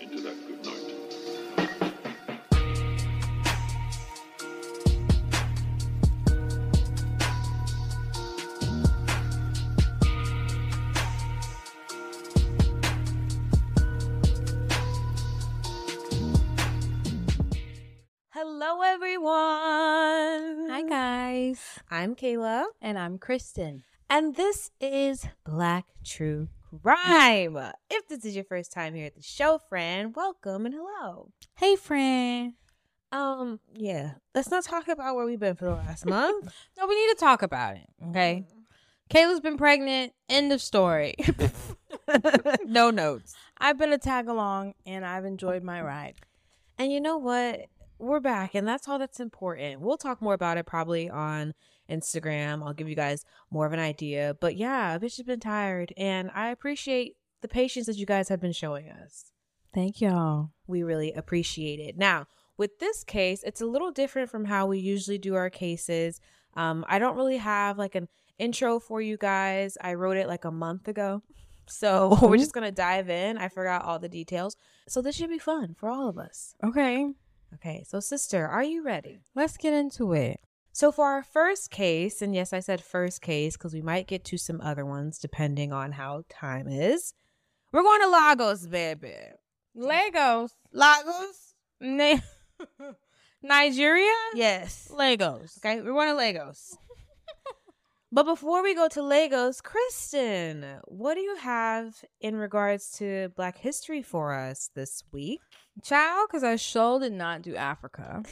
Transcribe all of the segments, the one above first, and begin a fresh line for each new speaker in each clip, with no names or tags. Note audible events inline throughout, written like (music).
into that good night.
Hello, everyone.
Hi, guys. I'm Kayla.
And I'm Kristen. And this is Black True Crime. If this is your first time here at the show, friend, welcome and hello.
Hey, friend.
Um, yeah, let's not talk about where we've been for the last month.
No, we need to talk about it. Okay. Kayla's been pregnant. End of story. no notes.
(laughs) I've been a tag along and I've enjoyed my ride.
And you know what? We're back, and that's all that's important. We'll talk more about it probably on Instagram. I'll give you guys more of an idea. But yeah, bitch has been tired, and I appreciate the patience that you guys have been showing us.
Thank y'all.
we really appreciate it. Now, with this case, it's a little different from how we usually do our cases. Um, I don't really have like an intro for you guys. I wrote it like a month ago. So (laughs) we're just going to dive in. I forgot all the details. So this should be fun for all of us.
Okay,
Okay. So, sister, are you ready?
Let's get into it.
So, for our first case, and yes, I said first case because we might get to some other ones depending on how time is. We're going to Lagos, baby.
Legos.
Lagos?
Ni- (laughs) Nigeria?
Yes.
Legos.
Okay, we're going to Lagos. but before we go to Lagos, Kristen, what do you have in regards to Black history for us this week?
Child, because I sure did not do Africa.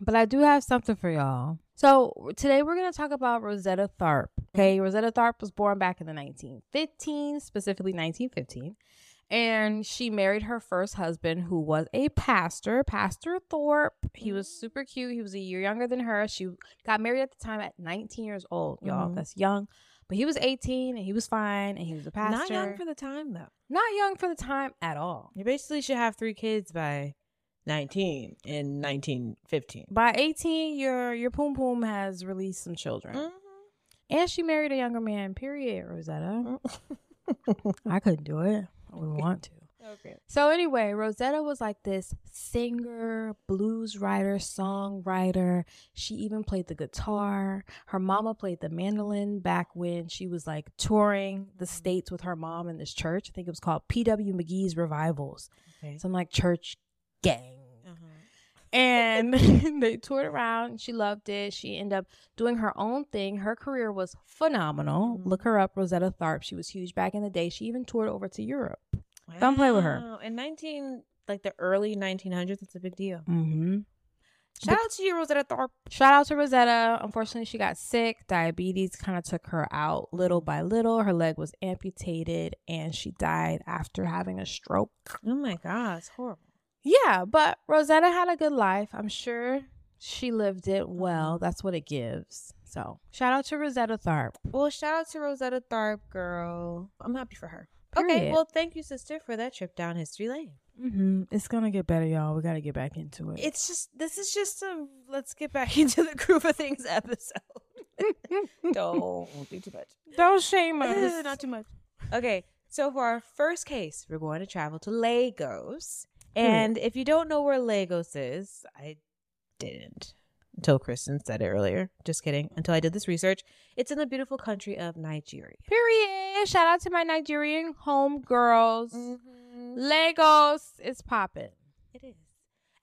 But I do have something for y'all.
So today we're going to talk about Rosetta Tharp.
Mm-hmm.
Okay, Rosetta Tharp was born back in the 1915, specifically 1915. And she married her first husband, who was a pastor, Pastor Thorpe. He was
Mm-hmm.
super cute. He was a year younger than her. She got married at the time at 19 years old, y'all.
Mhm.
That's young. But he was 18 and he was fine and he was a pastor.
Not young for the time, though.
Not young for the time at all.
You basically should have three kids by 19 in 1915.
By 18, your your poom poom has released some children.
Mm.
And she married a younger man, period, Rosetta. I couldn't do it. I wouldn't want to.
Okay.
So anyway, Rosetta was like this singer, blues writer, songwriter. She even played the guitar. Her mama played the mandolin back when she was like touring the states with her mom in this church. I think it was called P.W. McGee's Revivals.
Okay.
Some like church gang
Uh-huh.
and (laughs) they toured around and she loved it she ended up doing her own thing her career was phenomenal
Mhm.
look her up rosetta tharp she was huge back in the day she even toured over to europe Don't play with her.
Wow, In 19, like the early 1900s, it's a big deal.
mm-hmm.
Shout out to you, Rosetta Tharp.
shout out to rosetta unfortunately she got sick diabetes kind of took her out little by little her leg was amputated and she died after having a stroke
Oh my God, it's horrible.
yeah but rosetta had a good life i'm sure she lived it well that's what it gives so shout out to rosetta tharp
Well, shout out to Rosetta Tharp, girl. I'm happy for her. Okay,
Period.
well, thank you, sister, for that trip down history lane.
Mm-hmm. It's gonna get better, y'all. We gotta get back into it.
It's just, this is just a let's get back (laughs) into the groove of things episode. (laughs) Don't do too much.
Don't shame us.
Not too much. Okay, so for our first case, we're going to travel to Lagos. And if you don't know where Lagos is, I didn't until Kristen said it earlier. Just kidding. Until I did this research, it's in the beautiful country of Nigeria.
Period. Shout out to my Nigerian homegirls. Mm-hmm. Legos is popping.
It is.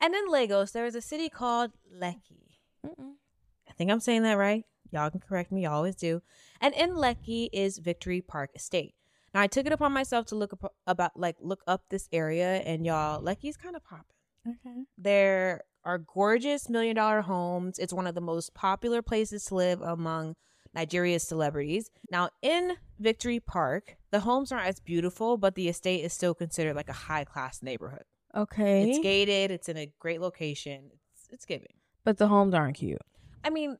And in Lagos, there is a city called Lekki. I think I'm saying that right. Y'all can correct me. Y'all always do. And in Lekki is Victory Park Estate. Now I took it upon myself to look up, about like look up this area, and y'all, Lekki's kind of popping.
Okay.
There are gorgeous million dollar homes. It's one of the most popular places to live among Nigeria's celebrities. Now, in Victory Park, the homes aren't as beautiful, but the estate is still considered like a high class neighborhood.
Okay.
It's gated, it's in a great location. It's, it's giving.
but the homes aren't cute.
I mean,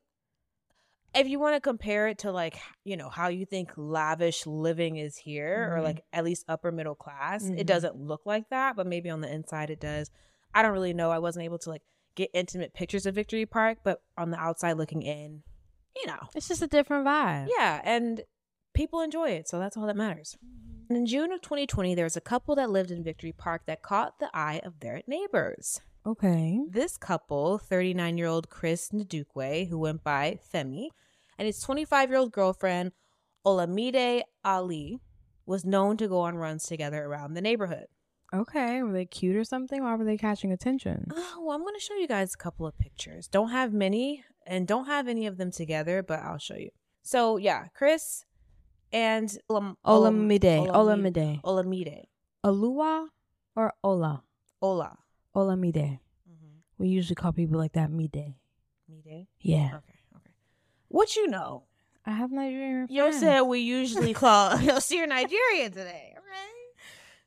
if you want to compare it to like you know how you think lavish living is here or
Mhm.
like at least upper middle class
Mhm.
it doesn't look like that but maybe on the inside it does i don't really know i wasn't able to like get intimate pictures of victory park but on the outside looking in you know
It's just a different vibe.
yeah and people enjoy it so that's all that matters and in june of 2020 there was a couple that lived in victory park that caught the eye of their neighbors
Okay.
this couple, 39 year old Chris Ndukwe, who went by Femi, and his 25 year old girlfriend, Olamide Ali, was known to go on runs together around the neighborhood.
Okay. Were they cute or something? Why were they catching attention?
Oh, I'm going to show you guys a couple of pictures. Don't have many and don't have any of them together, but I'll show you. So, yeah, Chris and Olam- Olam-
Olamide.
Olamide.
Olamide.
Olamide.
Alua or Ola?
Ola.
Olamide.
Mm-hmm.
We usually call people like that Mide.
Mide.
Yeah.
Okay, okay. What you know?
I have Nigerian
Yo
friends.
said we (laughs) usually call Yo see you're Nigerian today, right?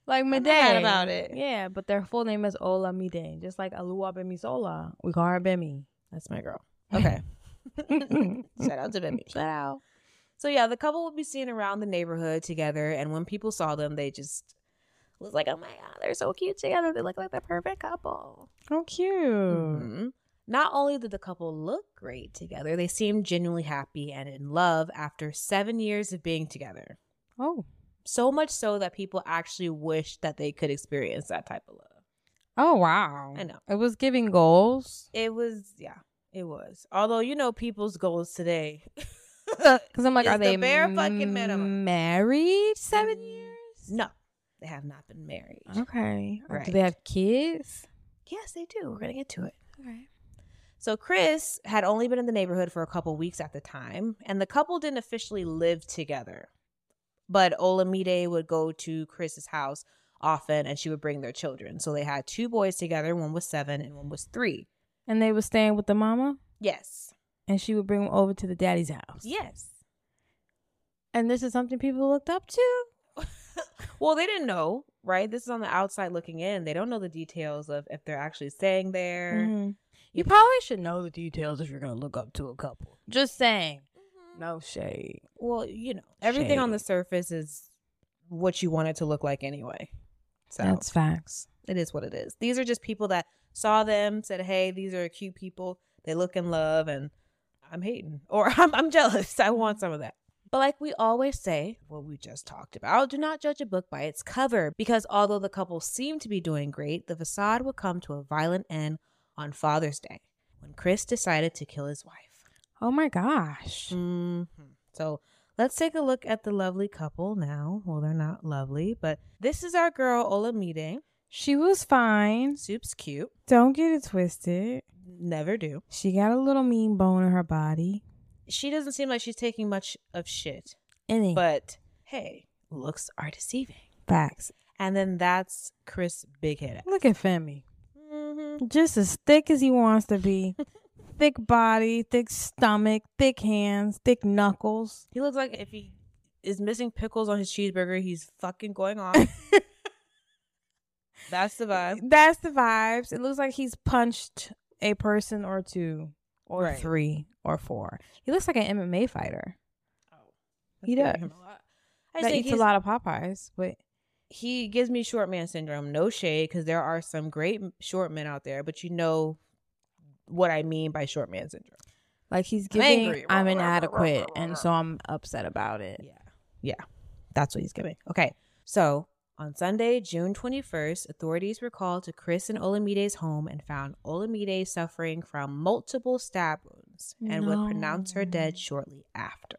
like Mide.
not mad about it.
Yeah, but their full name is Ola Mide, just like Alua Bemi's Ola. We call
(laughs)
her Bemi.
That's my girl. Okay. Shout out to Bimmy. (laughs) Shout out. So yeah, the couple would be seen around the neighborhood together, and when people saw them, they just was like, "Oh my god, they're so cute together. They look like the perfect couple."
(laughs) How cute.
Mhm. Not only did the couple look great together, they seemed genuinely happy and in love after seven years of being together.
Oh.
So much so that people actually wish that they could experience that type of love.
Oh wow.
I know.
It was giving goals.
It was, yeah, it was. Although you know, people's goals today. (laughs)
Cause I'm like,
It's
are
the
they
bare fucking minimum.
married seven
Mm,
years?
no, they have not been married.
Uh-huh. Okay.
Right.
Do they have kids?
Yes, they do. We're gonna get to it.
Okay.
So Chris had only been in the neighborhood for a couple weeks at the time, and the couple didn't officially live together. But Olamide would go to Chris's house often, and she would bring their children. So they had two boys together. One was seven, and one was three.
And they were staying with the mama,
Yes,
and she would bring them over to the daddy's house.
yes.
And this is something people looked up to.
Well, they didn't know, right? This is on the outside looking in. They don't know the details of if they're actually staying there.
Mm-hmm. You probably should know the details if you're gonna look up to a couple. Just saying. No shade.
Well, you know, everything on the surface is what you want it to look like anyway. So
That's facts.
it is what it is. These are just people that saw them, said, "Hey, these are cute people. They look in love," and I'm hating or (laughs) I'm, I'm jealous. I want some of that. But like we always say, what we just talked about, do not judge a book by its cover, because although the couple seemed to be doing great, the facade would come to a violent end on Father's Day when Chris decided to kill his wife.
Oh my gosh.
hmm
Mm-hmm.
So let's take a look at the lovely couple now. Well, they're not lovely, but this is our girl Olamide.
She was fine.
Soup's cute.
Don't get it twisted.
Never do.
She got a little mean bone in her body.
She doesn't seem like she's taking much of shit,
Any
but hey, looks are deceiving.
facts.
And then that's Chris Big Head.
Look at Femi.
Mm-hmm.
Just as thick as he wants to
(laughs)
be. thick body, thick stomach, thick hands, thick knuckles.
He looks like if he is missing pickles on his cheeseburger, he's fucking going
(laughs)
off. that's the vibe.
That's the vibes. It looks like he's punched a person or two or
Right.
three or four. He looks like an MMA fighter. He
That's
does.
giving him a lot. I just
That
think
eats a
he's-
lot of Popeyes, but
he gives me short man syndrome. No shade, because there are some great m- short men out there, but you know what I mean by short man syndrome.
like he's
I'm
giving
angry.
I'm inadequate and so I'm upset about it.
Yeah. Yeah. That's what he's giving. Okay. So on Sunday, June 21st, authorities were called to Chris and Olamide's home and found Olamide suffering from multiple stab wounds and would pronounce her dead shortly after.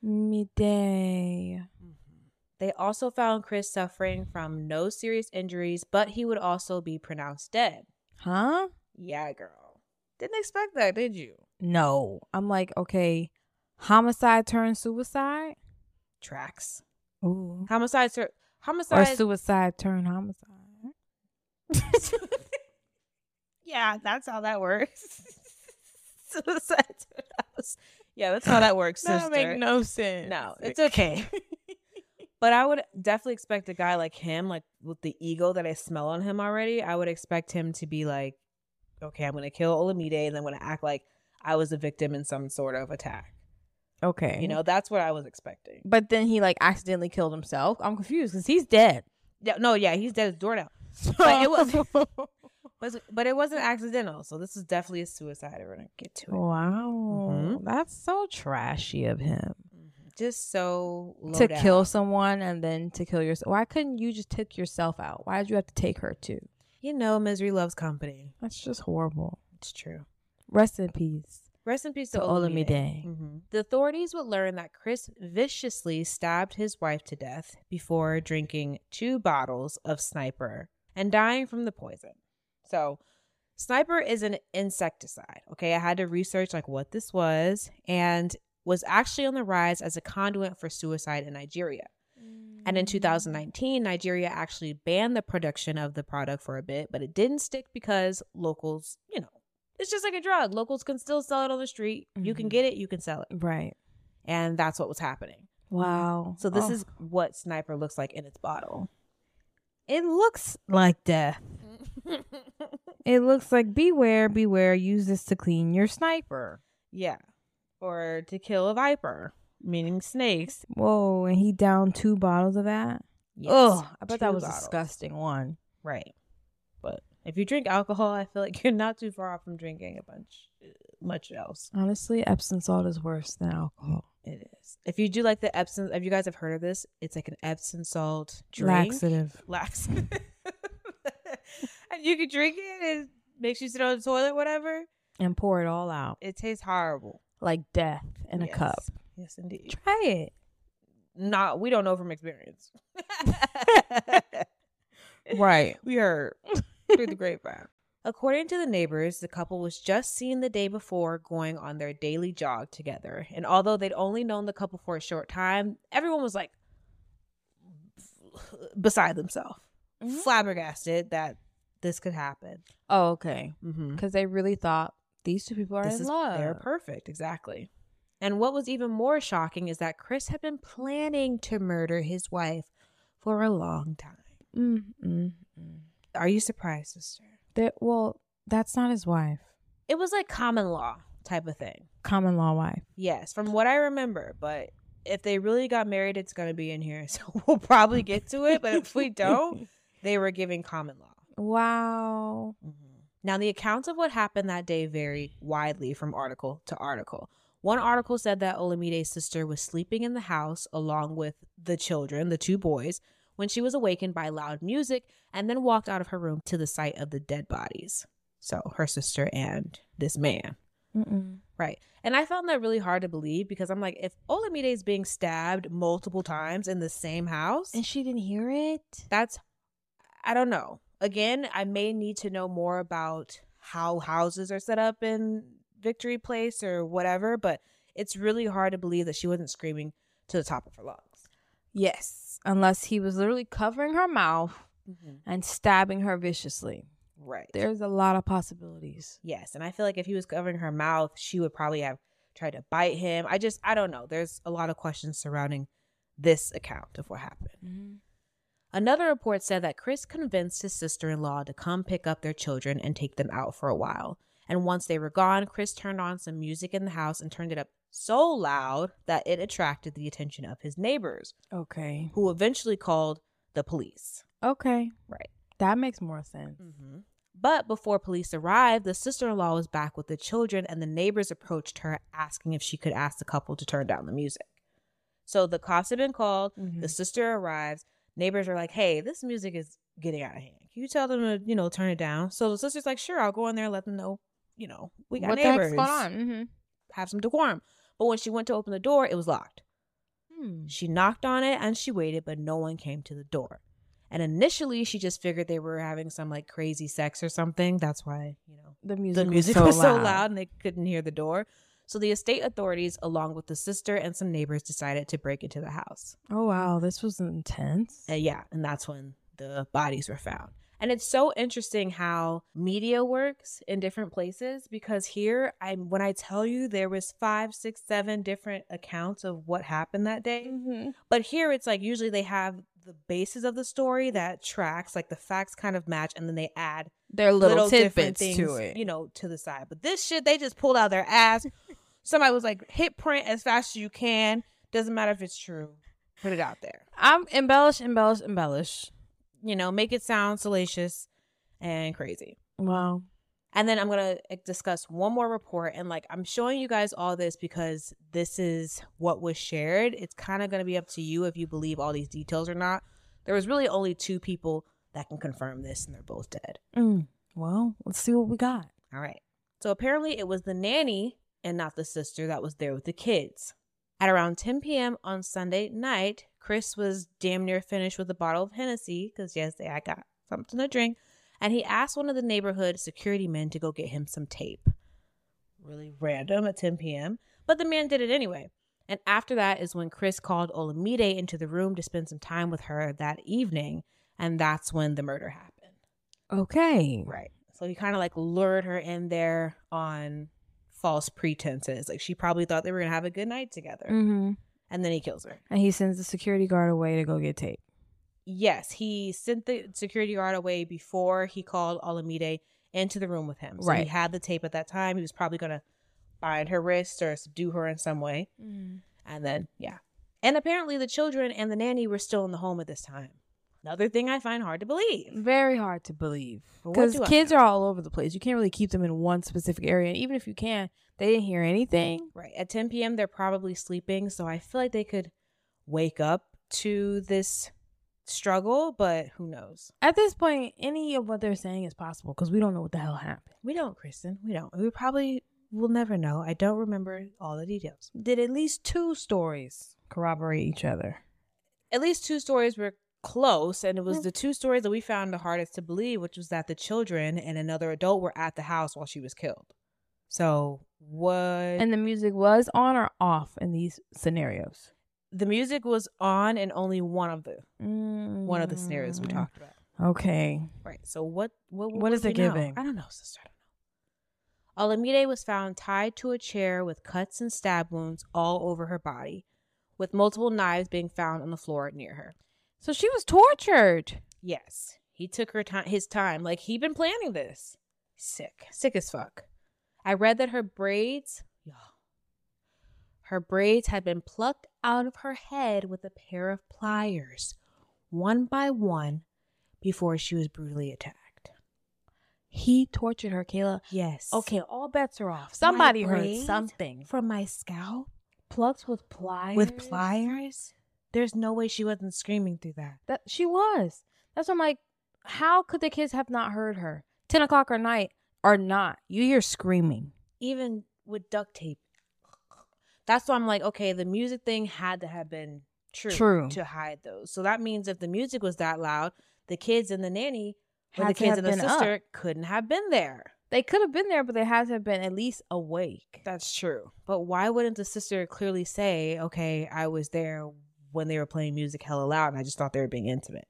Midday.
They also found Chris suffering from no serious injuries, but he would also be pronounced dead.
Huh?
Yeah, girl. Didn't expect that, did you?
No. I'm like, okay, homicide turns suicide?
Tracks.
Ooh.
Homicides are
Or
homicides.
suicide turn homicide.
(laughs) yeah, that's how that works. (laughs) Suicide to the house. Yeah, that's how that works, sister.
no sense.
no, it's okay. (laughs) but I would definitely expect a guy like him, like with the ego that I smell on him already. I would expect him to be like, okay, I'm gonna kill Olamide, and I'm gonna act like I was a victim in some sort of attack.
Okay.
You know, that's what I was expecting.
But then he like accidentally killed himself. I'm confused because he's dead.
Yeah, no, yeah, he's dead as a doornail. But it
(laughs)
was, was- but it wasn't accidental. So this is definitely a suicide. We're gonna get to it.
Wow. That's so trashy of him.
Just so low
to
down.
kill someone and then to kill yourself. Why couldn't you just take yourself out? Why did you have to take her too?
You know, misery loves company.
That's just horrible.
It's true.
Rest in peace
Rest in peace
to
to Olamide.
Olamide.
Mhm. The authorities would learn that Chris viciously stabbed his wife to death before drinking two bottles of Sniper and dying from the poison. So, Sniper is an insecticide. Okay, I had to research like what this was and was actually on the rise as a conduit for suicide in Nigeria. And in 2019, Nigeria actually banned the production of the product for a bit, but it didn't stick because locals, you know, it's just like a drug. Locals can still sell it on the street. You can
Mhm.
get it, you can sell it.
Right.
And that's what was happening.
Wow.
So this
Oh.
is what Sniper looks like in its
(laughs)
bottle.
it looks like death. it looks like beware, beware, use this to clean your sniper.
Yeah. Or to kill a viper, meaning snakes.
Whoa, and he downed two bottles of that?
Yes,
Oh, I bet that
two
was
bottles.
disgusting one.
Right. But if you drink alcohol, I feel like you're not too far off from drinking a bunch uh, much else.
Honestly, Epsom salt is worse than alcohol.
It is. If you do like the Epsom, if you guys have heard of this, it's like an Epsom salt drink.
Laxative.
Lax. (laughs) and you can drink it. It makes you sit on the toilet, whatever.
And pour it all out.
It tastes horrible.
Like death in
Yes.
a cup.
Yes, indeed.
Try it.
Not. We don't know from experience. (laughs)
Right.
we heard through the grapevine. (laughs) According to the neighbors, the couple was just seen the day before going on their daily jog together. And although they'd only known the couple for a short time, everyone was like (laughs) beside themselves,
Mm-hmm.
flabbergasted that this could happen.
Oh, okay.
Mm-hmm.
Because they really thought these two people are in love.
They're perfect, exactly. And what was even more shocking is that Chris had been planning to murder his wife for a long time.
mm, mm, mm.
Are you surprised, sister?
They- well, that's not his wife.
It was like common law type of thing.
Common law wife.
Yes, from what I remember, but if they really got married, it's going to be in here. (laughs) So we'll probably get to it, but if (laughs)
(laughs)
we don't, they were giving common law.
Wow.
Now, the accounts of what happened that day vary widely from article to article. One article said that Olamide's sister was sleeping in the house along with the children, the two boys, when she was awakened by loud music and then walked out of her room to the site of the dead bodies. So, her sister and this man.
Mm-mm.
Right. And I found that really hard to believe because I'm like, if Olamide is being stabbed multiple times in the same house,
And she didn't hear it?
that's, I don't know. Again, I may need to know more about how houses are set up in Victory Place or whatever, but it's really hard to believe that she wasn't screaming to the top of her lungs.
Yes. Unless he was literally covering her mouth and stabbing her viciously.
Mm-hmm. Right.
There's a lot of possibilities.
Yes. And I feel like if he was covering her mouth, she would probably have tried to bite him. I just, I don't know. There's a lot of questions surrounding this account of what happened.
Mm-hmm.
Another report said that Chris convinced his sister in law to come pick up their children and take them out for a while. And once they were gone, Chris turned on some music in the house and turned it up so loud that it attracted the attention of his neighbors,
Okay.
who eventually called the police.
Okay.
Right.
That makes more sense.
But before police arrived, the sister in law was back with the children, and the neighbors approached her asking if she could ask the couple to turn down the music. So the cops had been called,
Mm-hmm.
the sister arrives, neighbors are like, hey, this music is getting out of hand. Can you tell them to, you know, turn it down? So the sister's like, sure, I'll go in there and let them know, you know, we got
what
neighbors.
the heck's going on? Mm-hmm.
Have some decorum. But when she went to open the door, it was locked.
Hmm.
She knocked on it and she waited, but no one came to the door. And initially, she just figured they were having some like crazy sex or something. That's why, you know,
The music,
the music
was, so, loud.
loud and they couldn't hear the door. So the estate authorities, along with the sister and some neighbors, decided to break into the house.
Oh, wow. This was intense.
And yeah, and that's when the bodies were found. And it's so interesting how media works in different places because here, I when I tell you there was five, six, seven different accounts of what happened that day,
Mm-hmm.
but here it's like usually they have the basis of the story that tracks, like the facts kind of match, and then they add
There are little,
different
tidbits to
things,
it. (laughs)
you know, to the side. But this shit, they just pulled out their ass. Somebody was like, hit print as fast as you can. Doesn't matter if it's true. Put it out there.
I'm embellish, embellish, embellish.
You know, make it sound salacious and crazy.
Wow.
And then I'm going to discuss one more report. And like, I'm showing you guys all this because this is what was shared. It's kind of going to be up to you if you believe all these details or not. There was really only two people that can confirm this, and they're both dead.
mm. Well, let's see what we got.
All right. So apparently, it was the nanny and not the sister that was there with the kids. At around 10 p.m. on Sunday night, Chris was damn near finished with a bottle of Hennessy because yesterday I got something to drink, and he asked one of the neighborhood security men to go get him some tape. Really random at 10 p.m., but the man did it anyway. And after that is when Chris called Olamide into the room to spend some time with her that evening, and that's when the murder happened.
Okay.
Right. So he kind of like lured her in there on false pretenses. Like she probably thought they were going to have a good night together.
Mm-hmm.
And then he kills her.
And he sends the security guard away to go get tape.
Yes, he sent the security guard away before he called Olamide into the room with him. So
Right.
he had the tape at that time. He was probably going to bind her wrist or subdue her in some way.
Mm.
And then, yeah. And apparently the children and the nanny were still in the home at this time. Another thing I find hard to believe.
Very hard to believe
But what
because
do I
kids
know?
are all over the place. You can't really keep them in one specific area, and even if you can, they didn't hear anything.
Right. At 10 p.m., they're probably sleeping. So I feel like they could wake up to this struggle, but who knows?
At this point, any of what they're saying is possible because we don't know what the hell happened.
We don't, Kristen. We don't. We probably will never know. I don't remember all the details. Did at least two stories,
Corroborate each other.
at least two stories were close. And it was the two stories that we found the hardest to believe, which was that the children and another adult were at the house while she was killed. So what?
And the music was on or off in these scenarios.
the music was on in only one of the one of the scenarios we
Mm.
talked about.
Okay.
Right. So what what
What is
we
it
know?
giving?
I don't know, sister. I don't know. Olamide was found tied to a chair with cuts and stab wounds all over her body, with multiple knives being found on the floor near her.
So she was tortured.
Yes, he took her time. His time, like he'd been planning this. Sick, sick as fuck. I read that her braids, y'all, her braids had been plucked out of her head with a pair of pliers, one by one, before she was brutally attacked.
He tortured her, Kayla.
Yes.
Okay, all bets are off.
My
Somebody heard
brain?
something.
From my scalp
Plucked with pliers.
with pliers. There's no way she wasn't screaming through that.
That she was. That's why I'm like, how could the kids have not heard her? Ten o'clock or night or not? You hear screaming.
Even with duct tape. That's why I'm like, okay, the music thing had to have been true,
True.
to hide those. So that means if the music was that loud, the kids and the nanny, or
Had
the
to
kids
have
and the
been up.
sister, couldn't have been there.
They could have been there, but they had to have been at least awake.
That's true. But why wouldn't the sister clearly say, okay, I was there when they were playing music hella loud and I just thought they were being intimate?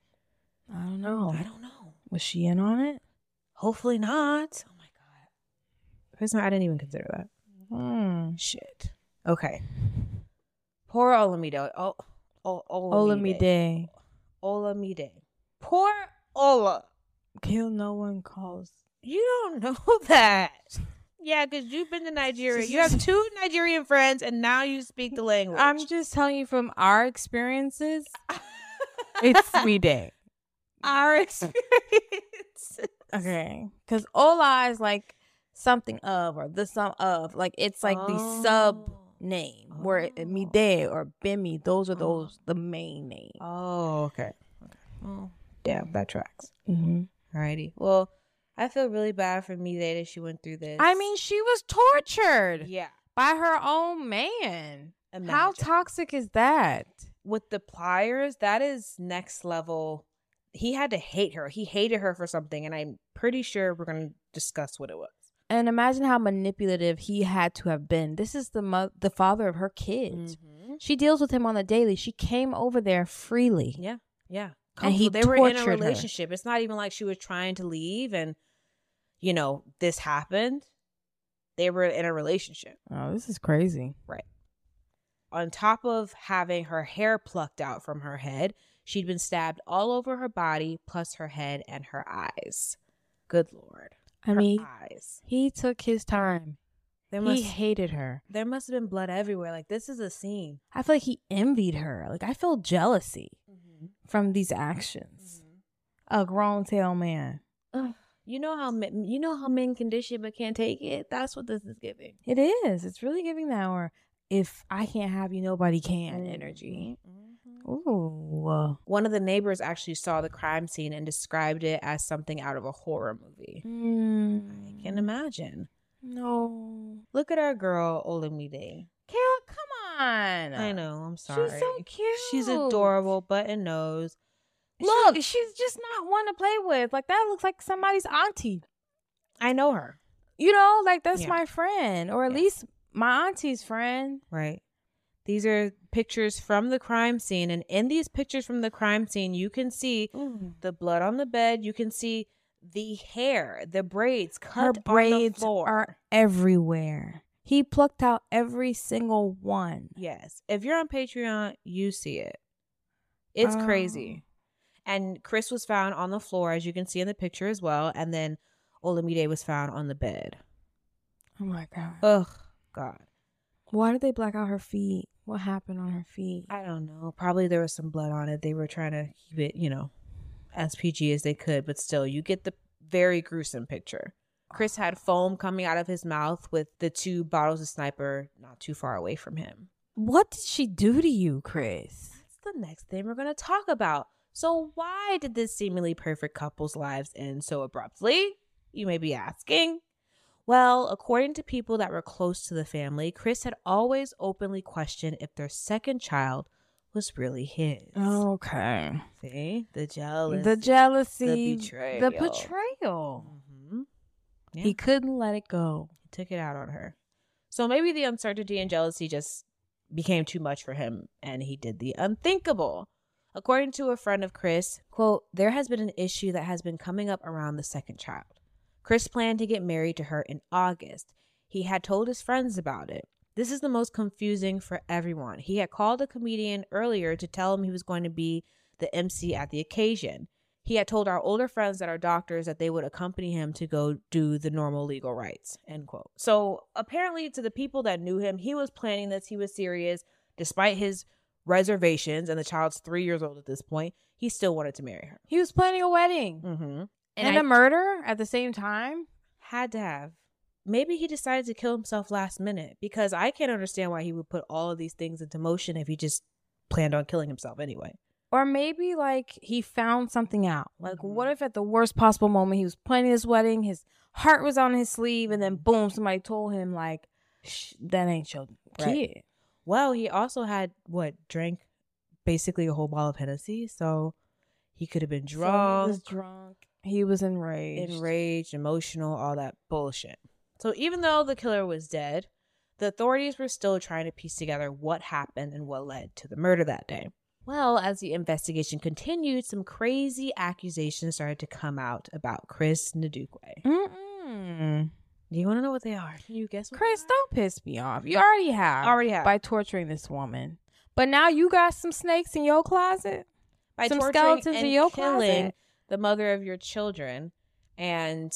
I don't know.
I don't know.
Was she in on it?
Hopefully not. Oh my god. Prisma, I didn't even consider that.
Hmm.
Shit. Okay. Poor Olamide. Oh, oh, Olamide.
Olamide.
Olamide. Poor Ola.
Kill no one calls.
You don't know (laughs) that. Yeah, because you've been to Nigeria. You have two Nigerian friends, and now you speak the language.
I'm just telling you from our experiences.
(laughs)
It's we day.
our experience.
Okay. Because Ola is like something of or the sum of. Like it's like
Oh.
the sub name where
Oh.
it, me day or Bimmy, those are
Oh.
those the main name.
Oh, okay. Oh, damn, that tracks.
Mm-hmm.
Alrighty. Well, I feel really bad for me that she went through this.
I mean, she was tortured
yeah.
by her own man. How
imagine.
toxic is that?
with the pliers, that is next level. He had to hate her. He hated her for something, and I'm pretty sure we're gonna discuss what it was.
And imagine how manipulative he had to have been. This is the mo- the father of her kids.
Mm.
Mm-hmm.
She deals with him on the daily. She came over there freely.
Yeah, yeah.
And he
they were in a
tortured her.
relationship. It's not even like she was trying to leave, and you know this happened. They were in a relationship.
Oh, this is crazy.
On top of having her hair plucked out from her head, she'd been stabbed all over her body, plus her head and her eyes. Good lord,
I
her
mean,
eyes.
he took his time.
There
He
must
hated her.
there must have been blood everywhere. Like this is a scene.
I feel like he envied her. Like I feel jealousy from these actions. A grown tail man.
You know how men, you know how men condition but can't take it. That's what this is giving.
It is. It's really giving that or if I can't have you, nobody can energy. Mm-hmm. Ooh.
One of the neighbors actually saw the crime scene and described it as something out of a horror movie. I
Mm-hmm.
can imagine.
No.
Look at our girl Olamide.
Carol, come on.
I know. I'm sorry.
She's so cute.
She's adorable, button nose.
Look, she's just not one to play with. Like that looks like somebody's auntie.
I know her,
You know, like that's
Yeah.
my friend, or at
Yeah.
least my auntie's friend.
right? These are pictures from the crime scene, and in these pictures from the crime scene, you can see the blood on the bed. You can see the hair, the braids, cut
Her
on the
braids
floor.
are everywhere. He plucked out every single one.
Yes. If you're on Patreon, you see it. It's
Oh.
crazy. And Chris was found on the floor, as you can see in the picture as well. And then Olamide was found on the bed.
Oh my god!
Ugh, God.
Why did they black out her feet? What happened on her feet?
I don't know. Probably there was some blood on it. They were trying to keep it, you know, as PG as they could, but still, you get the very gruesome picture. Chris had foam coming out of his mouth with the two bottles of sniper not too far away from him.
What did she do to you, Chris?
That's the next thing we're going to talk about. So, why did this seemingly perfect couple's lives end so abruptly? You may be asking. Well, according to people that were close to the family, Chris had always openly questioned if their second child was really his.
Oh, Okay.
See the jealous.
The jealousy,
betrayal.
the betrayal.
Mhm. Yeah.
He couldn't let it go.
took it out on her. So maybe the uncertainty and jealousy just became too much for him, and he did the unthinkable. According to a friend of Chris, quote, there has been an issue that has been coming up around the second child. Chris planned to get married to her in August. He had told his friends about it. This is the most confusing for everyone. He had called a comedian earlier to tell him he was going to be the MC at the occasion. He had told our older friends that are doctors that they would accompany him to go do the normal legal rights. End quote. So apparently, to the people that knew him, he was planning this. He was serious, despite his reservations, and the child's three years old at this point. He still wanted to marry her.
He was planning a wedding
Mm-hmm.
and, a murder at the same time.
Had to have. Maybe he decided to kill himself last minute because I can't understand why he would put all of these things into motion if he just planned on killing himself anyway.
Or maybe like he found something out. Like,
Mhm.
what if at the worst possible moment he was planning his wedding, his heart was on his sleeve, and then boom, somebody told him like, Shh, "That ain't your
Right.
kid."
Well, he also had what drank basically a whole bottle of Hennessy, so he could have been
So
drunk,
he was drunk. He was enraged.
enraged, emotional, all that bullshit. So even though the killer was dead, the authorities were still trying to piece together what happened and what led to the murder that day. Well, as the investigation continued, some crazy accusations started to come out about Chris Ndukwe.
Mm-mm.
Do you want to know what they are? Can you guess? What
Chris, don't piss me off. You already have
already have.
by torturing this woman, but now you got some snakes in your closet.
by
Some
torturing
skeletons in
and
your
killing
closet.
the mother of your children, and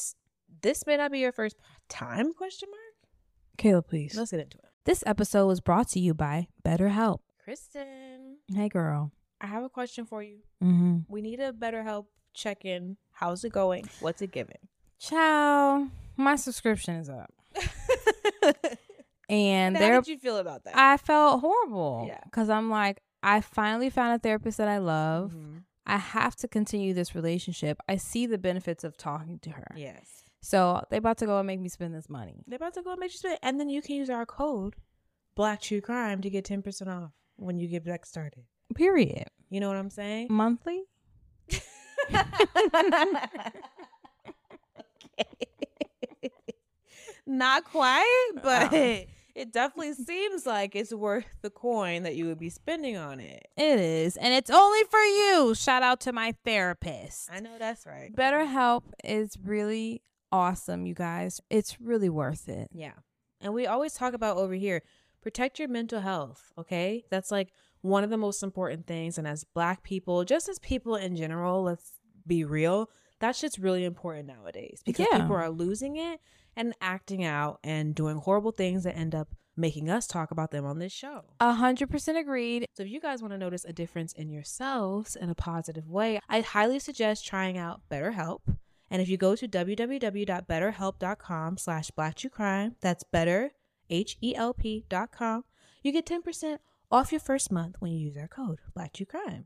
this may not be your first time? Question mark.
Caleb, please.
Let's get into it.
This episode was brought to you by BetterHelp.
Kristen,
Hey, girl.
I have a question for you.
Mm-hmm.
We need a better help check in. How's it going? What's it (laughs) giving?
Ciao. My subscription is up, and
How
there
did you feel about that?
I felt horrible.
Yeah.
because I'm like, I finally found a therapist that I love.
Mhm.
I have to continue this relationship. I see the benefits of talking to her.
Yes.
So they about to go and make me spend this money.
They're about to go and make you spend, and then you can use our code Black True Crime to get ten percent off when you get back started.
Period.
You know what I'm saying?
Monthly.
Not quite, but
Oh.
(laughs) it definitely seems like it's worth the coin that you would be spending on it.
(laughs) It is, and it's only for you. Shout out to my therapist.
I know that's right.
BetterHelp is really awesome, you guys. It's really worth it.
Yeah. And we always talk about over here protect your mental health, okay? That's like one of the most important things. And as black people, just as people in general, let's be real, that shit's really important nowadays because
Yeah.
people are losing it and acting out and doing horrible things that end up making us talk about them on this show.
A hundred percent agreed.
So if you guys want to notice a difference in yourselves in a positive way, I highly suggest trying out BetterHelp. And if you go to www.betterhelp.com slash blacktruecrime, that's better, H-E-L-P dot com, you get 10% off your first month when you use our code, blacktruecrime.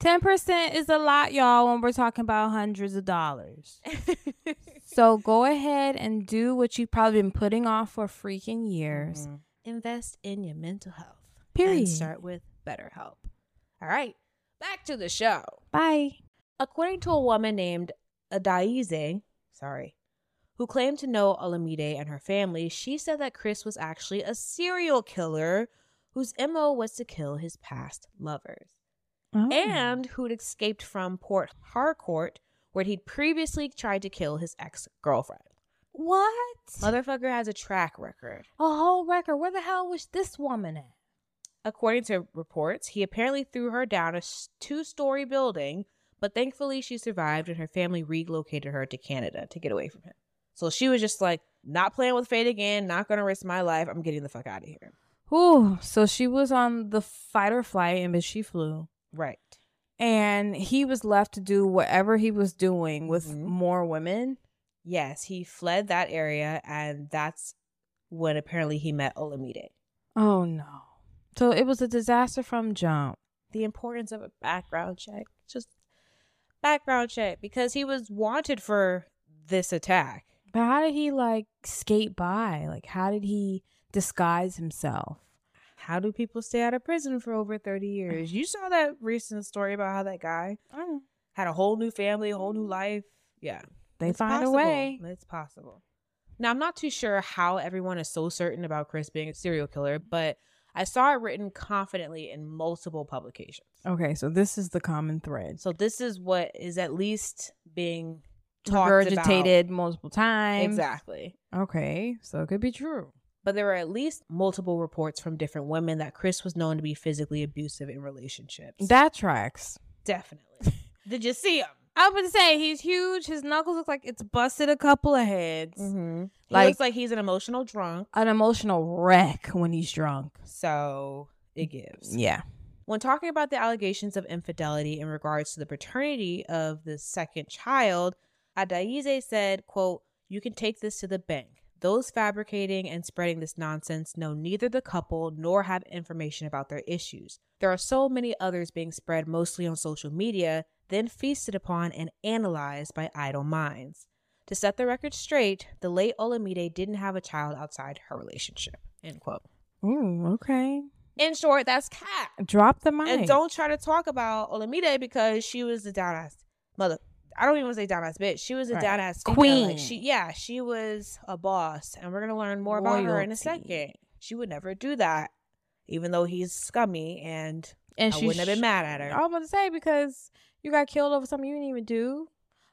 Ten percent is a lot, y'all, when we're talking about hundreds of (laughs) dollars. so go ahead and do what you've probably been putting off for freaking years.
Invest in your mental health.
Period.
And start with BetterHelp. All right, back to the show.
Bye.
According to a woman named Adaize, sorry, who claimed to know Olamide and her family, she said that Chris was actually a serial killer whose MO was to kill his past lovers
Oh.
and who'd escaped from Port Harcourt where he'd previously tried to kill his ex-girlfriend.
what?
Motherfucker has a track record.
A whole record. Where the hell was this woman at?
According to reports, he apparently threw her down a s- two story building, but thankfully she survived and her family relocated her to Canada to get away from him. So she was just like, not playing with fate again, not gonna risk my life, I'm getting the fuck out of here.
Ooh, so she was on the fight or flight, and but she flew.
Right.
And he was left to do whatever he was doing with
Mhm.
more women.
Yes, he fled that area, and that's when apparently he met Olamide.
Oh no. So it was a disaster from jump.
the importance of a background check. Just background check because he was wanted for this attack.
But how did he like skate by? Like how did he disguise himself?
How do people stay out of prison for over 30 years? You saw that recent story about how that guy had a whole new family, a whole new life. Yeah.
They
It's
find
possible.
a way.
It's possible. Now, I'm not too sure how everyone is so certain about Chris being a serial killer, but I saw it written confidently in multiple publications.
Okay, so this is the common thread.
So, this is what is at least being talked about.
Regurgitated multiple times.
Exactly.
Okay, so it could be true.
but there were at least multiple reports from different women that Chris was known to be physically abusive in relationships.
That tracks.
definitely. Did you see him?
I was about to say he's huge. His knuckles look like it's busted a couple of heads.
He
Like-
looks like he's an emotional drunk,
Mm-hmm. An emotional wreck when he's drunk.
so it gives.
Yeah.
When talking about the allegations of infidelity in regards to the paternity of the second child, Adaize said, quote, You can take this to the bank. Those fabricating and spreading this nonsense know neither the couple nor have information about their issues. There are so many others being spread mostly on social media, then feasted upon and analyzed by idle minds. To set the record straight, the late Olamide didn't have a child outside her relationship. End quote.
Ooh, okay.
In short, that's cat.
Drop the mic.
And don't try to talk about Olamide because she was the down ass mother. I don't even want to say down ass bitch. She was a
Right.
down ass female.
Queen.
Like, she, yeah, she was a boss, and we're gonna learn more about her in a
Royalty.
second. She would never do that, even though he's scummy, and,
and
I wouldn't have been mad at
I
her.
was about to say because you got killed over something you didn't even do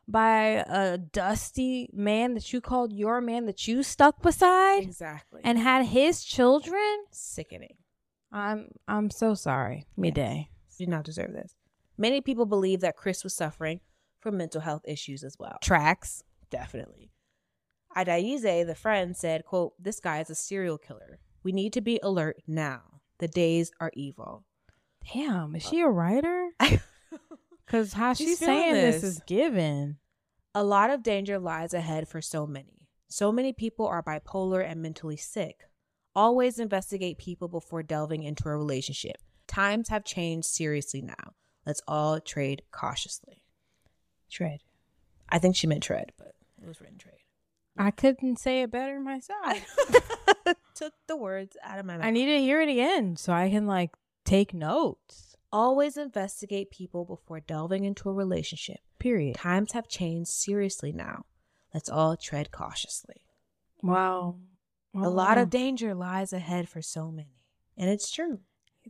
by a dusty man that you called your man that you stuck beside
Exactly.
and had his children.
sickening.
I'm I'm so sorry, midday.
You do not deserve this. Many people believe that Chris was suffering from mental health issues as well.
Tracks.
definitely. Adaize, the friend, said, quote, This guy is a serial killer. We need to be alert now. The days are evil. (laughs)
Damn, is she a writer? Because Uh, how she's,
She's feeling
saying this.
this.
is given.
A lot of danger lies ahead for so many. So many people are bipolar and mentally sick. Always investigate people before delving into a relationship. Times have changed seriously now. Let's all trade cautiously.
Tread.
I think she meant tread, but it was written trade.
I couldn't say it
(laughs)
better myself.
I took the words out of my mouth.
I need to hear it again so I can like take notes.
Always investigate people before delving into a relationship.
Period.
Times have changed seriously now. Let's all tread cautiously.
Wow.
A lot of danger lies ahead for so many. And it's true.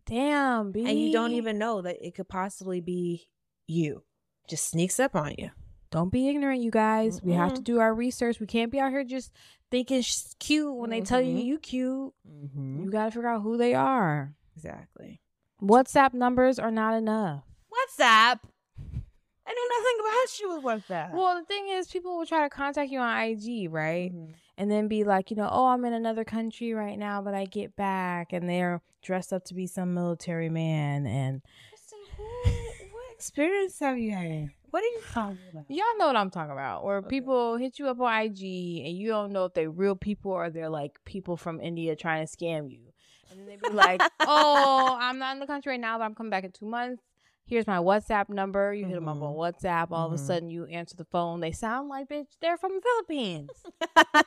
damn, B.
And you don't even know that it could possibly be you. Just sneaks up on you.
Don't be ignorant, you guys. We have to
Mm-mm.
do our research. We can't be out here just thinking she's cute when they tell you
Mhm.
you cute.
Mm-hmm.
You got to figure out who they are.
Exactly.
WhatsApp numbers are not enough.
WhatsApp. I knew nothing about she was WhatsApp.
Well, the thing is, people will try to contact you on IG, right?
Mhm.
and then be like, you know, oh, I'm in another country right now, but I get back, and they're dressed up to be some military man, and
what experience have you had? What are you talking about?
y'all know what I'm talking about. Where people hit you up on IG, and you don't know if they're real people or they're like people from India trying to scam you, and then they be like,
(laughs)
oh, I'm not in the country right now, but I'm coming back in two months. Here's my WhatsApp number. You hit them up
Mhm.
on WhatsApp. All of a
Mhm.
sudden, you answer the phone. They sound like bitch. They're from
(laughs)
the Philippines.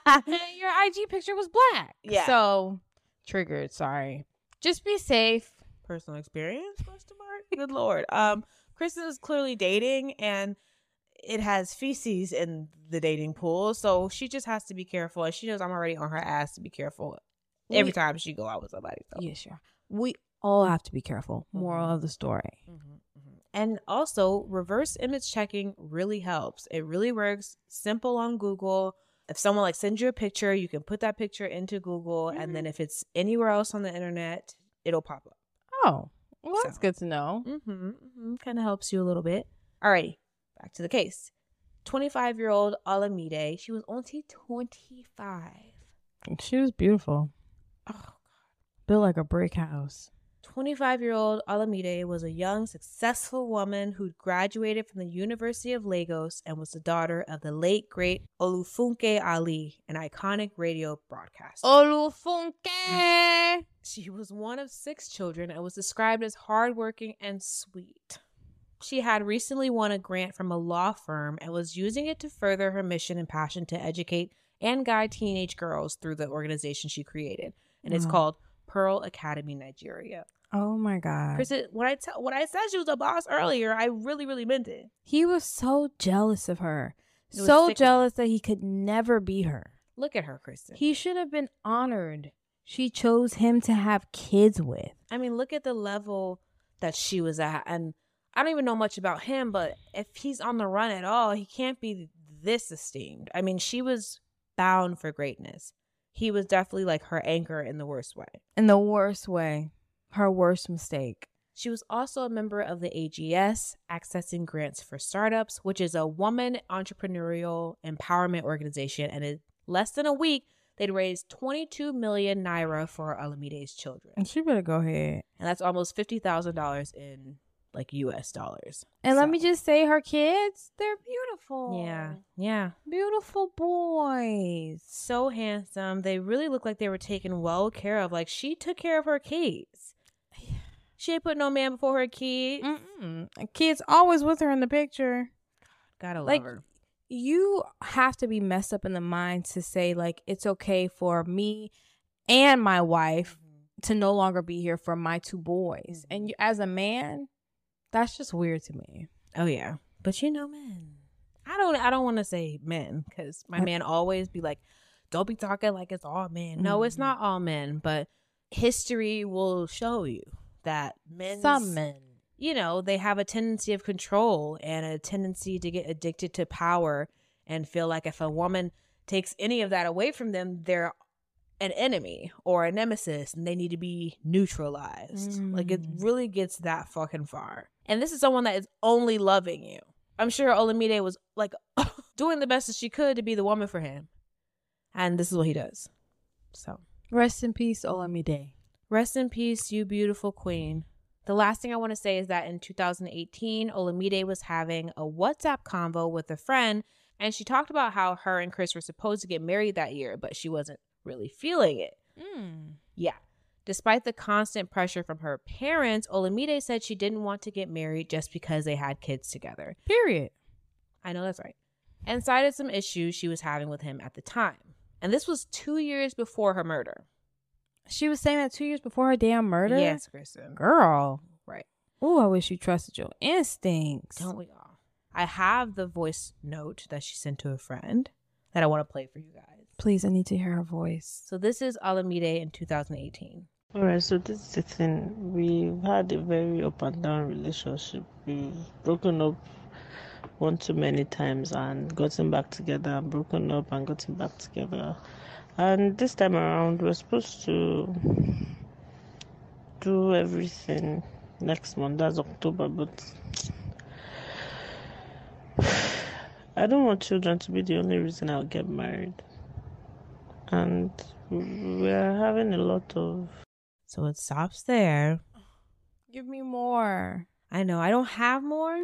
and your IG picture was black.
Yeah.
So triggered. Sorry. Just be safe.
Personal experience? Question mark. Good lord. Um, Kristen is clearly dating, and it has feces in the dating pool, so she just has to be careful. And she knows I'm already on her ass to be careful every
We-
time she go out with somebody. So.
Yeah, sure. We all have to be careful. Moral
Mhm.
of the story. mm-hmm.
And also, reverse image checking really helps. It really works. Simple on Google. If someone like sends you a picture, you can put that picture into Google, and
Mm-hmm.
then if it's anywhere else on the internet, it'll pop up.
Oh, well, that's
So.
good to know.
Mm-hmm, Kind of helps you a little bit. Alrighty, back to the case. Twenty-five-year-old Alamide. She was only twenty-five.
She was beautiful.
Oh,
Built like a brick house.
25 year old Alamide was a young, successful woman who graduated from the University of Lagos and was the daughter of the late, great Olufunke Ali, an iconic radio broadcaster.
Olufunke.
She was one of six children and was described as hardworking and sweet. She had recently won a grant from a law firm and was using it to further her mission and passion to educate and guide teenage girls through the organization she created. And it's
Wow.
called Pearl Academy Nigeria.
Oh my God.
Kristen, when I tell when I said she was a boss earlier, I really, really meant it.
he was so jealous of her.
It was
So
sickening.
jealous that he could never be her.
Look at her, Kristen.
He should have been honored. She chose him to have kids with.
I mean, look at the level that she was at, and I don't even know much about him, but if he's on the run at all, he can't be this esteemed. I mean, she was bound for greatness. He was definitely like her anchor in the worst way.
in the worst way, her worst mistake.
She was also a member of the AGS, Accessing Grants for Startups, which is a woman entrepreneurial empowerment organization. And in less than a week, they'd raised 22 million naira for Alamide's children. And
she better go ahead.
that's almost $50,000 in like US dollars.
And
So-
let me just Oh. say, her kids, they're beautiful.
Yeah. Yeah.
Beautiful boys.
So handsome. They really looked like they were taken well care of. Like she took care of her kids. She ain't put no man before her kid.
Mm. Mm-mm. Kids always with her in the picture.
Gotta love
Like-
her.
You have to be messed up in the mind to say, like, it's okay for me and my wife
Mm-hmm.
to no longer be here for my two boys. And you, as a man, that's just weird to me.
Oh yeah, but you know, men. I don't. I don't want to say men because my
I-
man always be like, "Don't be talking like it's all men." No, it's
Mhm.
not all men, but history will show you that men,
Some men.
you know, they have a tendency of control and a tendency to get addicted to power and feel like if a woman takes any of that away from them, they're an enemy or a nemesis and they need to be neutralized. Like it
Mm.
really gets that fucking far. And this is someone that is only loving you. I'm sure Olamide was like (laughs) doing the best that she could to be the woman for him. And this is what he does. So
Rest in peace, Olamide.
Rest in peace, you beautiful queen. The last thing I want to say is that in 2018, Olamide was having a WhatsApp convo with a friend, and she talked about how her and Chris were supposed to get married that year, but she wasn't really feeling it.
Mm.
Yeah. Despite the constant pressure from her parents, Olamide said she didn't want to get married just because they had kids together.
Period.
I know that's right. And cited some issues she was having with him at the time. And this was two years before her murder.
She was saying that two years before her damn murder.
Yes, Kristen.
girl.
Right.
Oh, I wish you trusted your instincts.
Don't we all? I have the voice note that she sent to a friend that I want to play for you guys.
Please, I need to hear her voice.
So this is Alamide in 2018.
All right, so this is the thing. We've had a very up and down relationship. We've broken up one too many times and gotten back together, and broken up and gotten back together. And this time around, we're supposed to do everything next month. That's October, but (sighs) I don't want children to be the only reason I'll get married. we are having a lot of
So it stops there.
Give me more.
I know I don't have more,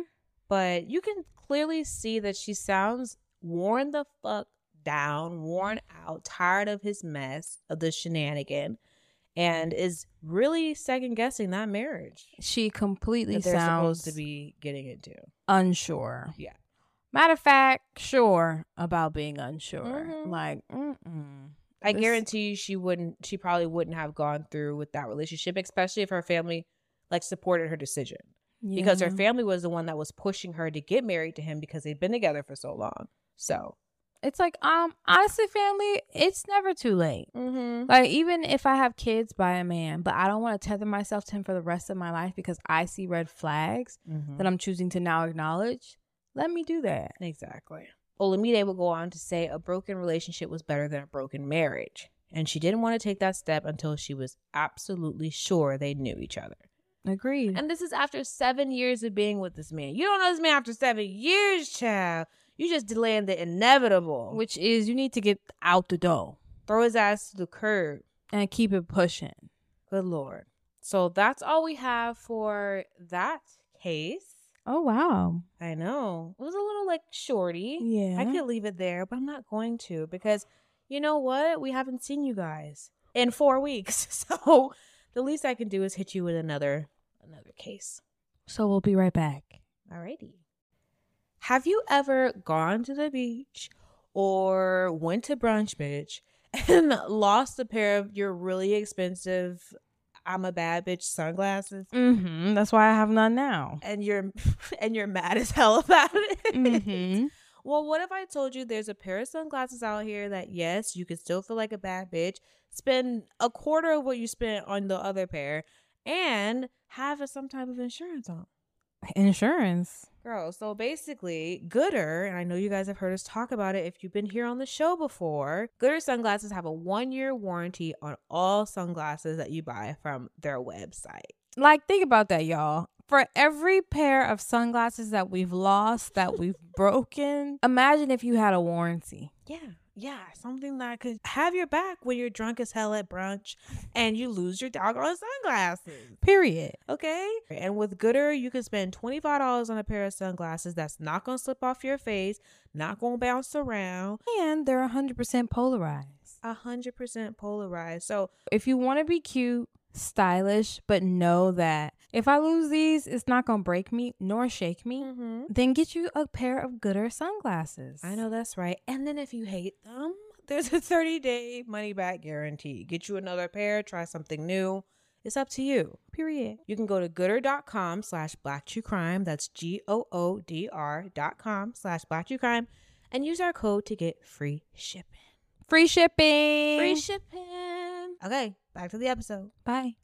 but you can clearly see that she sounds worn the fuck down, worn out, tired of his mess, of the shenanigan, and is really second guessing that marriage
She completely
that they're
sounds
supposed to be getting into.
unsure.
Yeah.
Matter of fact, sure about being unsure.
Mhm.
Like, mm-mm.
I
This-
guarantee you she wouldn't she probably wouldn't have gone through with that relationship, especially if her family like supported her decision. Because her
Yeah.
family was the one that was pushing her to get married to him because they'd been together for so long. So
it's like, um, honestly, family, it's never too late.
mm-hmm.
Like, even if I have kids by a man, but I don't want to tether myself to him for the rest of my life because I see red flags
Mm-hmm.
that I'm choosing to now acknowledge, let me do that.
Exactly. Olamide will go on to say a broken relationship was better than a broken marriage. And she didn't want to take that step until she was absolutely sure they knew each other.
Agreed.
And this is after seven years of being with this man. You don't know this man after seven years, child. You just delaying the inevitable.
which is you need to get out the door
throw his ass to the curb.
and keep it pushing.
Good lord. So that's all we have for that case.
Oh wow.
I know. It was a little like shorty.
Yeah.
I could leave it there, but I'm not going to because you know what? We haven't seen you guys in four weeks. (laughs) So the least I can do is hit you with another another case.
so we'll be right back.
Alrighty. Have you ever gone to the beach or went to brunch, bitch, (laughs) and lost a pair of your really expensive I'm a bad bitch sunglasses?
Mm-hmm. That's why I have none now.
And you're (laughs) and you're mad as hell (laughs) about it. (laughs)
Mm-hmm.
Well, what if I told you there's a pair of sunglasses out here that, yes, you can still feel like a bad bitch, spend a quarter of what you spent on the other pair, and have a, some type of insurance on?
Insurance.
Girl, so basically, Gooder, and I know you guys have heard us talk about it if you've been here on the show before, Gooder sunglasses have a one year warranty on all sunglasses that you buy from their website.
Like think about that, y'all. For every pair of sunglasses that we've lost, that we've (laughs) broken, imagine if you had a warranty.
Yeah, yeah, something that could have your back when you're drunk as hell at brunch and you lose your doggone sunglasses.
Period.
Okay. And with Gooder, you can spend $25 on a pair of sunglasses that's not going to slip off your face, not going to bounce around,
And they're 100% polarized.
100% polarized. So,
if you want to be cute, stylish, but know that if I lose these, it's not going to break me nor shake me,
Mm. mm-hmm,
then get you a pair of gooder sunglasses.
I know that's right. And then if you hate them, there's a 30 day money back guarantee. Get you another pair, try something new. It's up to you.
Period.
You can go to gooder.com slash black true crime. That's G O O D R dot com slash black true crime and use our code to get free shipping.
Free shipping.
Free shipping. Okay, back to the episode.
Bye.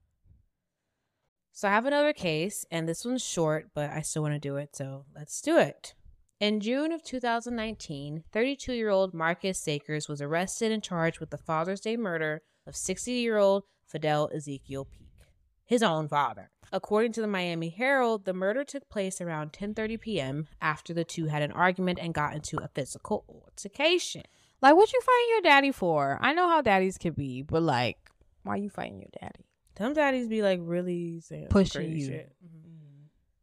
So I have another case, and this one's short, but I still want to do it, so let's do it. In June of 2019, 32 year old Marcus Sakers was arrested and charged with the Father's Day murder of 60 year old Fidel Ezekiel Peak, his own father. According to the Miami Herald, the murder took place around 10:30 p.m. after the two had an argument and got into a physical altercation.
Like, what you fighting your daddy for? I know how daddies could be, but like, why you fighting your daddy?
Them daddies be like really saying
Pushing
crazy
you.
shit. Mm-hmm.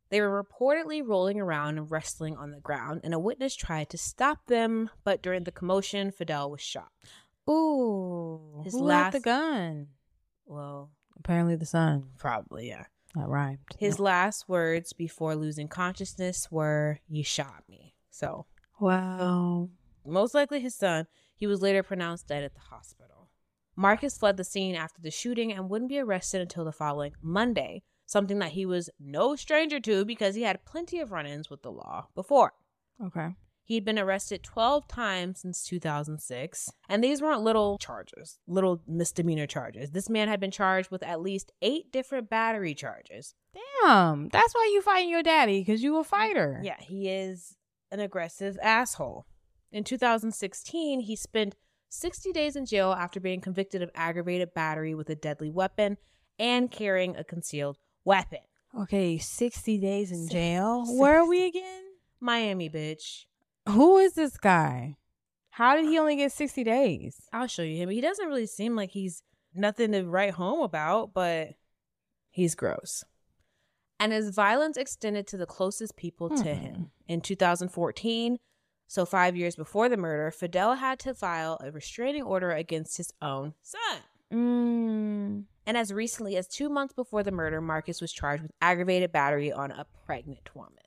They were reportedly rolling around and wrestling on the ground, and a witness tried to stop them, but during the commotion, Fidel was shot.
Ooh.
His
His who last...
last-
the gun?
Well,
Apparently the son.
probably, yeah.
That rhymed.
His last words before losing consciousness were, You shot me. So,
Wow.
most likely his son. He was later pronounced dead at the hospital. Marcus fled the scene after the shooting and wouldn't be arrested until the following Monday, something that he was no stranger to because he had plenty of run ins with the law before.
Okay.
He'd been arrested 12 times since 2006, and these weren't little charges, little misdemeanor charges. This man had been charged with at least eight different battery charges.
Damn. That's why you fighting your daddy, because you a fighter.
Yeah, he is an aggressive asshole. In 2016, he spent 60 days in jail after being convicted of aggravated battery with a deadly weapon and carrying a concealed weapon.
Okay, 60 days in
Six- (laughs)
jail. Where are we again?
Miami, bitch.
Who is this guy? How did he only get 60 days?
I'll show you him. He doesn't really seem like he's nothing to write home about, but he's gross. And his violence extended to the closest people to him. In 2014, so five years before the murder, Fidel had to file a restraining order against his own son.
Mm.
And as recently as two months before the murder, Marcus was charged with aggravated battery on a pregnant woman.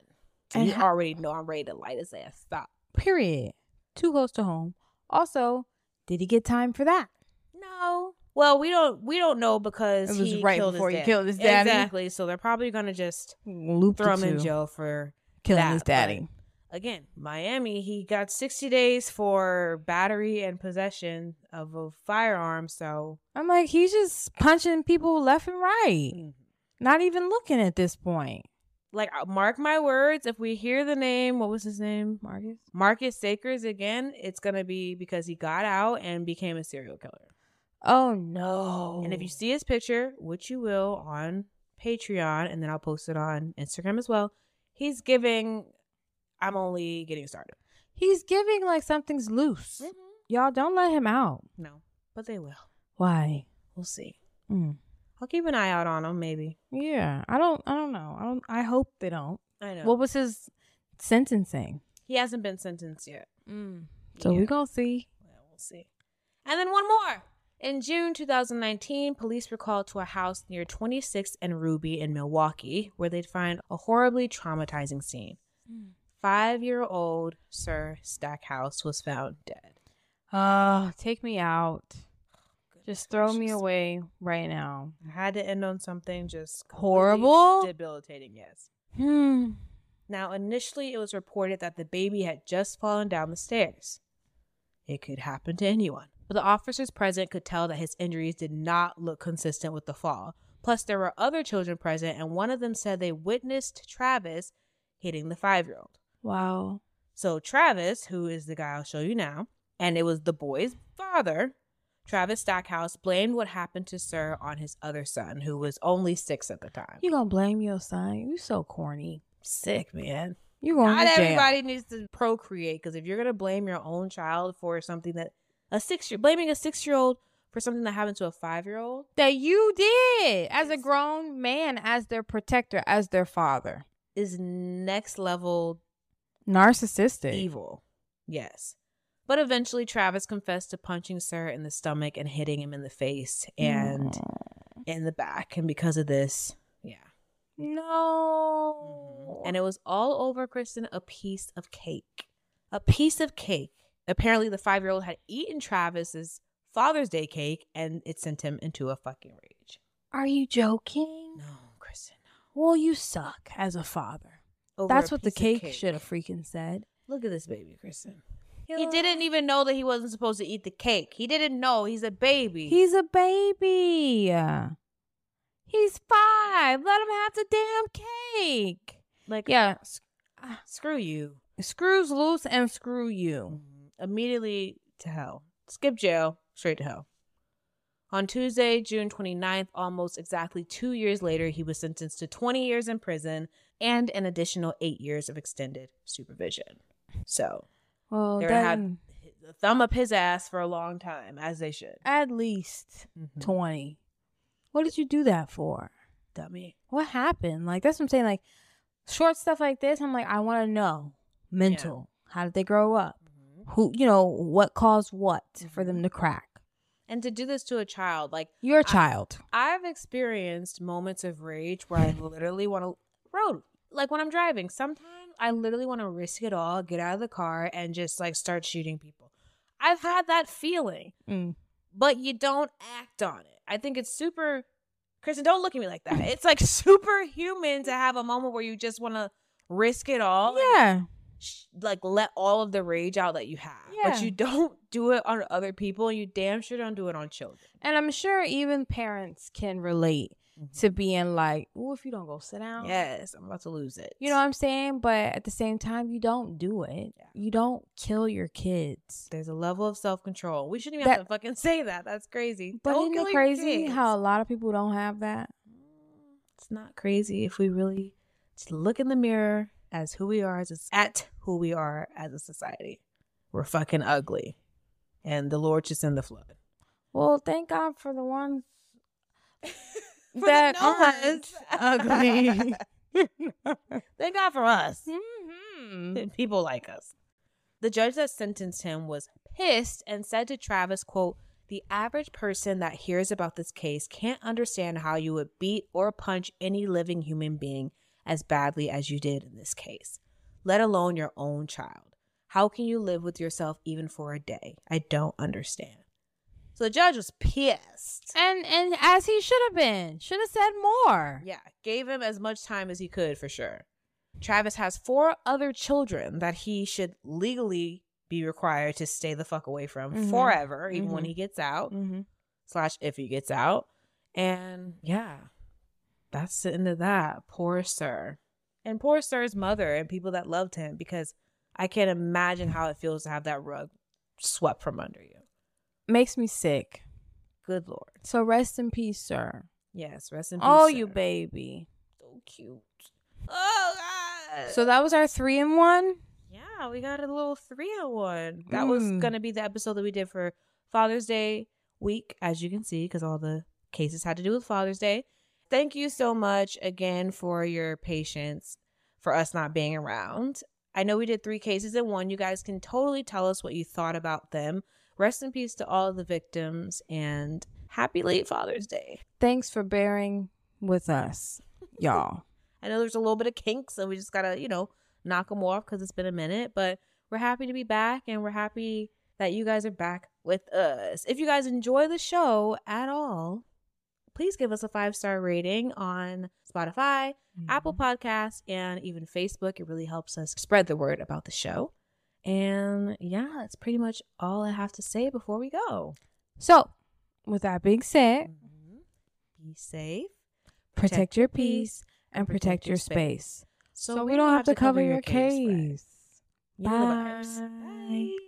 And
And
you
ho-
already know I'm ready to light his ass up.
Period. Too close to home. Also, did he get time for that?
No. Well, we don't we don't know because
It was
he
right
killed
before
his
he
dad.
killed his daddy.
Exactly. So they're probably gonna just
Loop
throw him in jail for
killing
that,
his
but-
daddy.
again Miami. He got sixty days for battery and possession of a firearm. So
I'm like, he's just punching people left and right.
Mhm.
Not even looking at this point.
like uh, mark my words, if we hear the name, what was his name?
Marcus.
Marcus Sakers again, it's gonna be because he got out and became a serial killer.
Oh no.
And if you see his picture, which you will on Patreon, and then I'll post it on Instagram as well, he's giving. I'm only getting started.
he's giving like something's loose.
Mm-hmm.
Y'all don't let him out.
No, but they will.
Why?
We'll see.
Mm.
I'll keep an eye out on him. Maybe.
Yeah, I don't. I don't know. I don't. I hope they don't.
I know.
What was his sentencing?
he hasn't been sentenced yet.
So
Mm, Yeah.
we gonna see.
Yeah, we'll see. And then one more. In June 2019, police were called to a house near 26th and Ruby in Milwaukee, where they'd find a horribly traumatizing scene. Five year old Sir Stackhouse was found dead. Ah,
Oh, take me out. Just throw me
gracious.
away right now.
I had to end on something just completely
Horrible?
debilitating. Yes.
Hmm.
Now, initially, it was reported that the baby had just fallen down the stairs. It could happen to anyone. But the officers present could tell that his injuries did not look consistent with the fall. Plus, there were other children present, and one of them said they witnessed Travis hitting the five year old.
Wow.
So, Travis, who is the guy I'll show you now, and it was the boy's father, Travis Stackhouse, blamed what happened to Sir on his other son, who was only six at the time.
You gonna blame your son? You so corny.
Sick, man.
You going
Not
to jail?
everybody needs to procreate because if you're gonna blame your own child for something that a six year blaming a six year old for something that happened to a five year old,
that you did as a grown man, as their protector, as their father.
is next level
Narcissistic.
evil. Yes. But eventually Travis confessed to punching Sir in the stomach and hitting him in the face and in the back. And because of this, yeah.
No.
Mm-hmm. And it was all over Kristen a piece of cake. A piece of cake. Apparently, the five year old had eaten Travis's Father's Day cake and it sent him into a fucking rage.
Are you joking?
No, Kristen.
Well, you suck as a father.
Over
That's
a
what the
piece of
cake, should have freaking said.
Look at this baby, Kristen. He didn't even know that he wasn't supposed to eat the cake. He didn't know. He's a baby.
He's a baby. He's five. Let him have the damn cake.
like, ah,
Yeah. s-
screw you.
Screws loose and screw you.
Mm-hmm. Immediately to hell. Skip jail, straight to hell. On Tuesday, June 29th, almost exactly two years later, he was sentenced to 20 years in prison and an additional eight years of extended supervision. So
Well,
they're going to have the thumb up his ass for a long time, as they should.
at least
Mhm.
20. What did you do that for?
Dummy.
What happened? Like, that's what I'm saying. Like, short stuff like this, I'm like, I want to know. Mental. How did they grow up? Who, you know, what caused what for them to crack?
And to do this to a child, like,
You're a child.
I've experienced moments of rage where I literally want to road like when I'm driving. Sometimes I literally want to risk it all, get out of the car, and just like start shooting people. I've had that feeling,
Mm.
but you don't act on it. I think it's super. Kristen, don't look at me like that. It's like superhuman to have a moment where you just want to risk it all. and
Yeah.
sh- like let all of the rage out that you have.
Yeah.
But you don't do it on other people. You damn sure don't do it on children.
And I'm sure even parents can relate
Mhm.
to being like, oh, if you don't go sit down.
Yes, I'm about to lose it.
You know what I'm saying? But at the same time, you don't do it.
Yeah.
You don't kill your kids.
There's a level of self control. We shouldn't even have
That-
to fucking (laughs) say that. That's crazy.
But
Don't
isn't
kill
it
your
crazy
kids.
how a lot of people don't have that?
it's not crazy if we really just look in the mirror as who we are as a, at who we are as a society. were fucking ugly. And the Lord should send the flood.
Well, thank God for
(laughs)
the ones
the
that
norms.
ugly. (laughs)
Thank God for us.
Mhm.
(laughs) people like us. The judge that sentenced him was pissed and said to Travis, quote, the average person that hears about this case can't understand how you would beat or punch any living human being as badly as you did in this case, let alone your own child. How can you live with yourself even for a day? I don't understand. So the judge was pissed.
And and as he should have been, should have said more.
Yeah, gave him as much time as he could for sure. Travis has four other children that he should legally be required to stay the fuck away from
Mhm.
forever, even when he gets out,
Mm-hmm.
slash if he gets out. And yeah, that's the end of that. Poor sir. And poor sir's mother and people that loved him because I can't imagine how it feels to have that rug swept from under you.
Makes me sick.
Good lord.
So rest in peace, sir.
Yes, rest in peace.
Oh, you
sir.
baby.
So cute. Oh, God.
So that was our three in one.
Yeah, we got a little three in one. That was
Mm.
gonna be the episode that we did for Father's Day week, as you can see, because all the cases had to do with Father's Day. Thank you so much again for your patience for us not being around. I know we did three cases in one. You guys can totally tell us what you thought about them. Rest in peace to all of the victims and happy late Father's Day.
Thanks for bearing with us,
(laughs)
y'all.
I know there's a little bit of kinks, and we just gotta, you know, knock them off because it's been a minute. But we're happy to be back, and we're happy that you guys are back with us. If you guys enjoy the show at all, please give us a five star rating on Spotify,
Mm-hmm.
Apple Podcasts, and even Facebook. It really helps us spread the word about the show. And yeah, that's pretty much all I have to say before we go.
So, with that being said,
Be safe.
protect, your peace and protect, your space. So, we don't have to cover your case.
Universe.
Bye.
Bye.